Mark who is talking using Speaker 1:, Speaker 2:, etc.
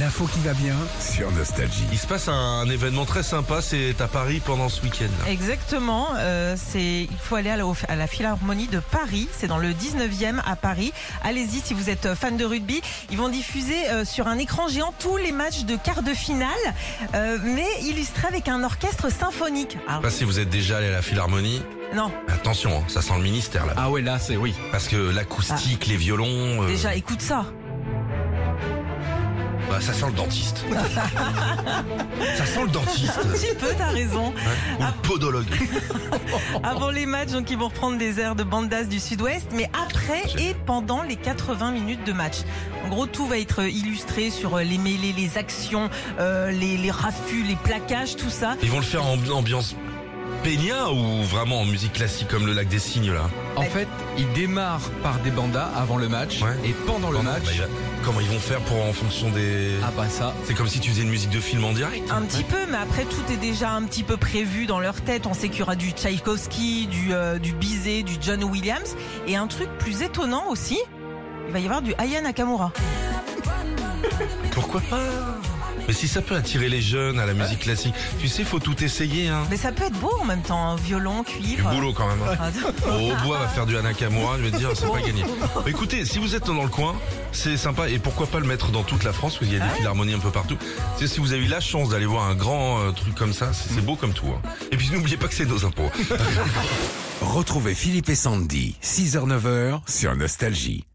Speaker 1: L'info qui va bien sur Nostalgie.
Speaker 2: Il se passe un, un événement très sympa, c'est à Paris pendant ce week-end. là.
Speaker 3: Exactement, euh, c'est il faut aller à la, au- à la Philharmonie de Paris, c'est dans le 19e à Paris. Allez-y si vous êtes euh, fan de rugby, ils vont diffuser euh, sur un écran géant tous les matchs de quart de finale euh, mais illustrés avec un orchestre symphonique. Ah,
Speaker 2: Je sais pas si vous êtes déjà allé à la Philharmonie.
Speaker 3: non,
Speaker 2: Attention, hein, ça sent le ministère là.
Speaker 1: Ah ouais, là, c'est oui.
Speaker 2: Parce que l'acoustique,
Speaker 1: Ah.
Speaker 2: les violons, euh,
Speaker 3: déjà écoute ça.
Speaker 2: bah, ça sent le dentiste. ça sent le dentiste. hein,
Speaker 3: Un petit peu, t'as raison.
Speaker 2: Ou le podologue.
Speaker 3: Avant les matchs, donc ils vont reprendre des airs de bandas du sud-ouest, mais après et pendant les 80 minutes de match. En gros, tout va être illustré sur euh, les mêlées, les actions, euh, les, les raffus, les plaquages, tout ça.
Speaker 2: Ils vont le faire en ambi- ambiance peña ou vraiment en musique classique comme le lac des cygnes là. hein
Speaker 1: En
Speaker 3: Ouais.
Speaker 1: fait, il démarre par des bandas avant le match
Speaker 2: Ouais.
Speaker 1: et pendant le
Speaker 2: Comment-
Speaker 1: match.
Speaker 2: bah, il va- Comment ils vont faire pour en fonction des.
Speaker 1: Ah bah ça.
Speaker 2: C'est comme si tu faisais une musique de film en direct.
Speaker 3: Un petit peu, mais après tout est déjà un petit peu prévu dans leur tête. On sait qu'il y aura du Tchaïkovski, du, euh, du Bizet, du John Williams. Et un truc plus étonnant aussi, il va y avoir du Aya Nakamura.
Speaker 2: Pourquoi pas
Speaker 1: Ah.
Speaker 2: Mais si ça peut attirer les jeunes à la musique classique, tu sais, faut tout essayer. Hein.
Speaker 3: Mais ça peut être beau en même temps, hein, violon,
Speaker 2: Du
Speaker 3: cuivre.
Speaker 2: boulot quand même. hein.
Speaker 3: Ah,
Speaker 2: Oh, bois va faire du Hanakamura, je vais te dire, c'est pas gagné. Bah, écoutez, si vous êtes dans le coin, c'est sympa et pourquoi pas le mettre dans toute la France, parce qu'il y a des philharmonies un peu partout. C'est si vous avez eu la chance d'aller voir un grand euh, truc comme ça, c'est c'est beau comme tout. hein. Et puis n'oubliez pas que c'est nos impôts.
Speaker 4: Retrouvez Philippe et Sandy, 6h-9h sur Nostalgie.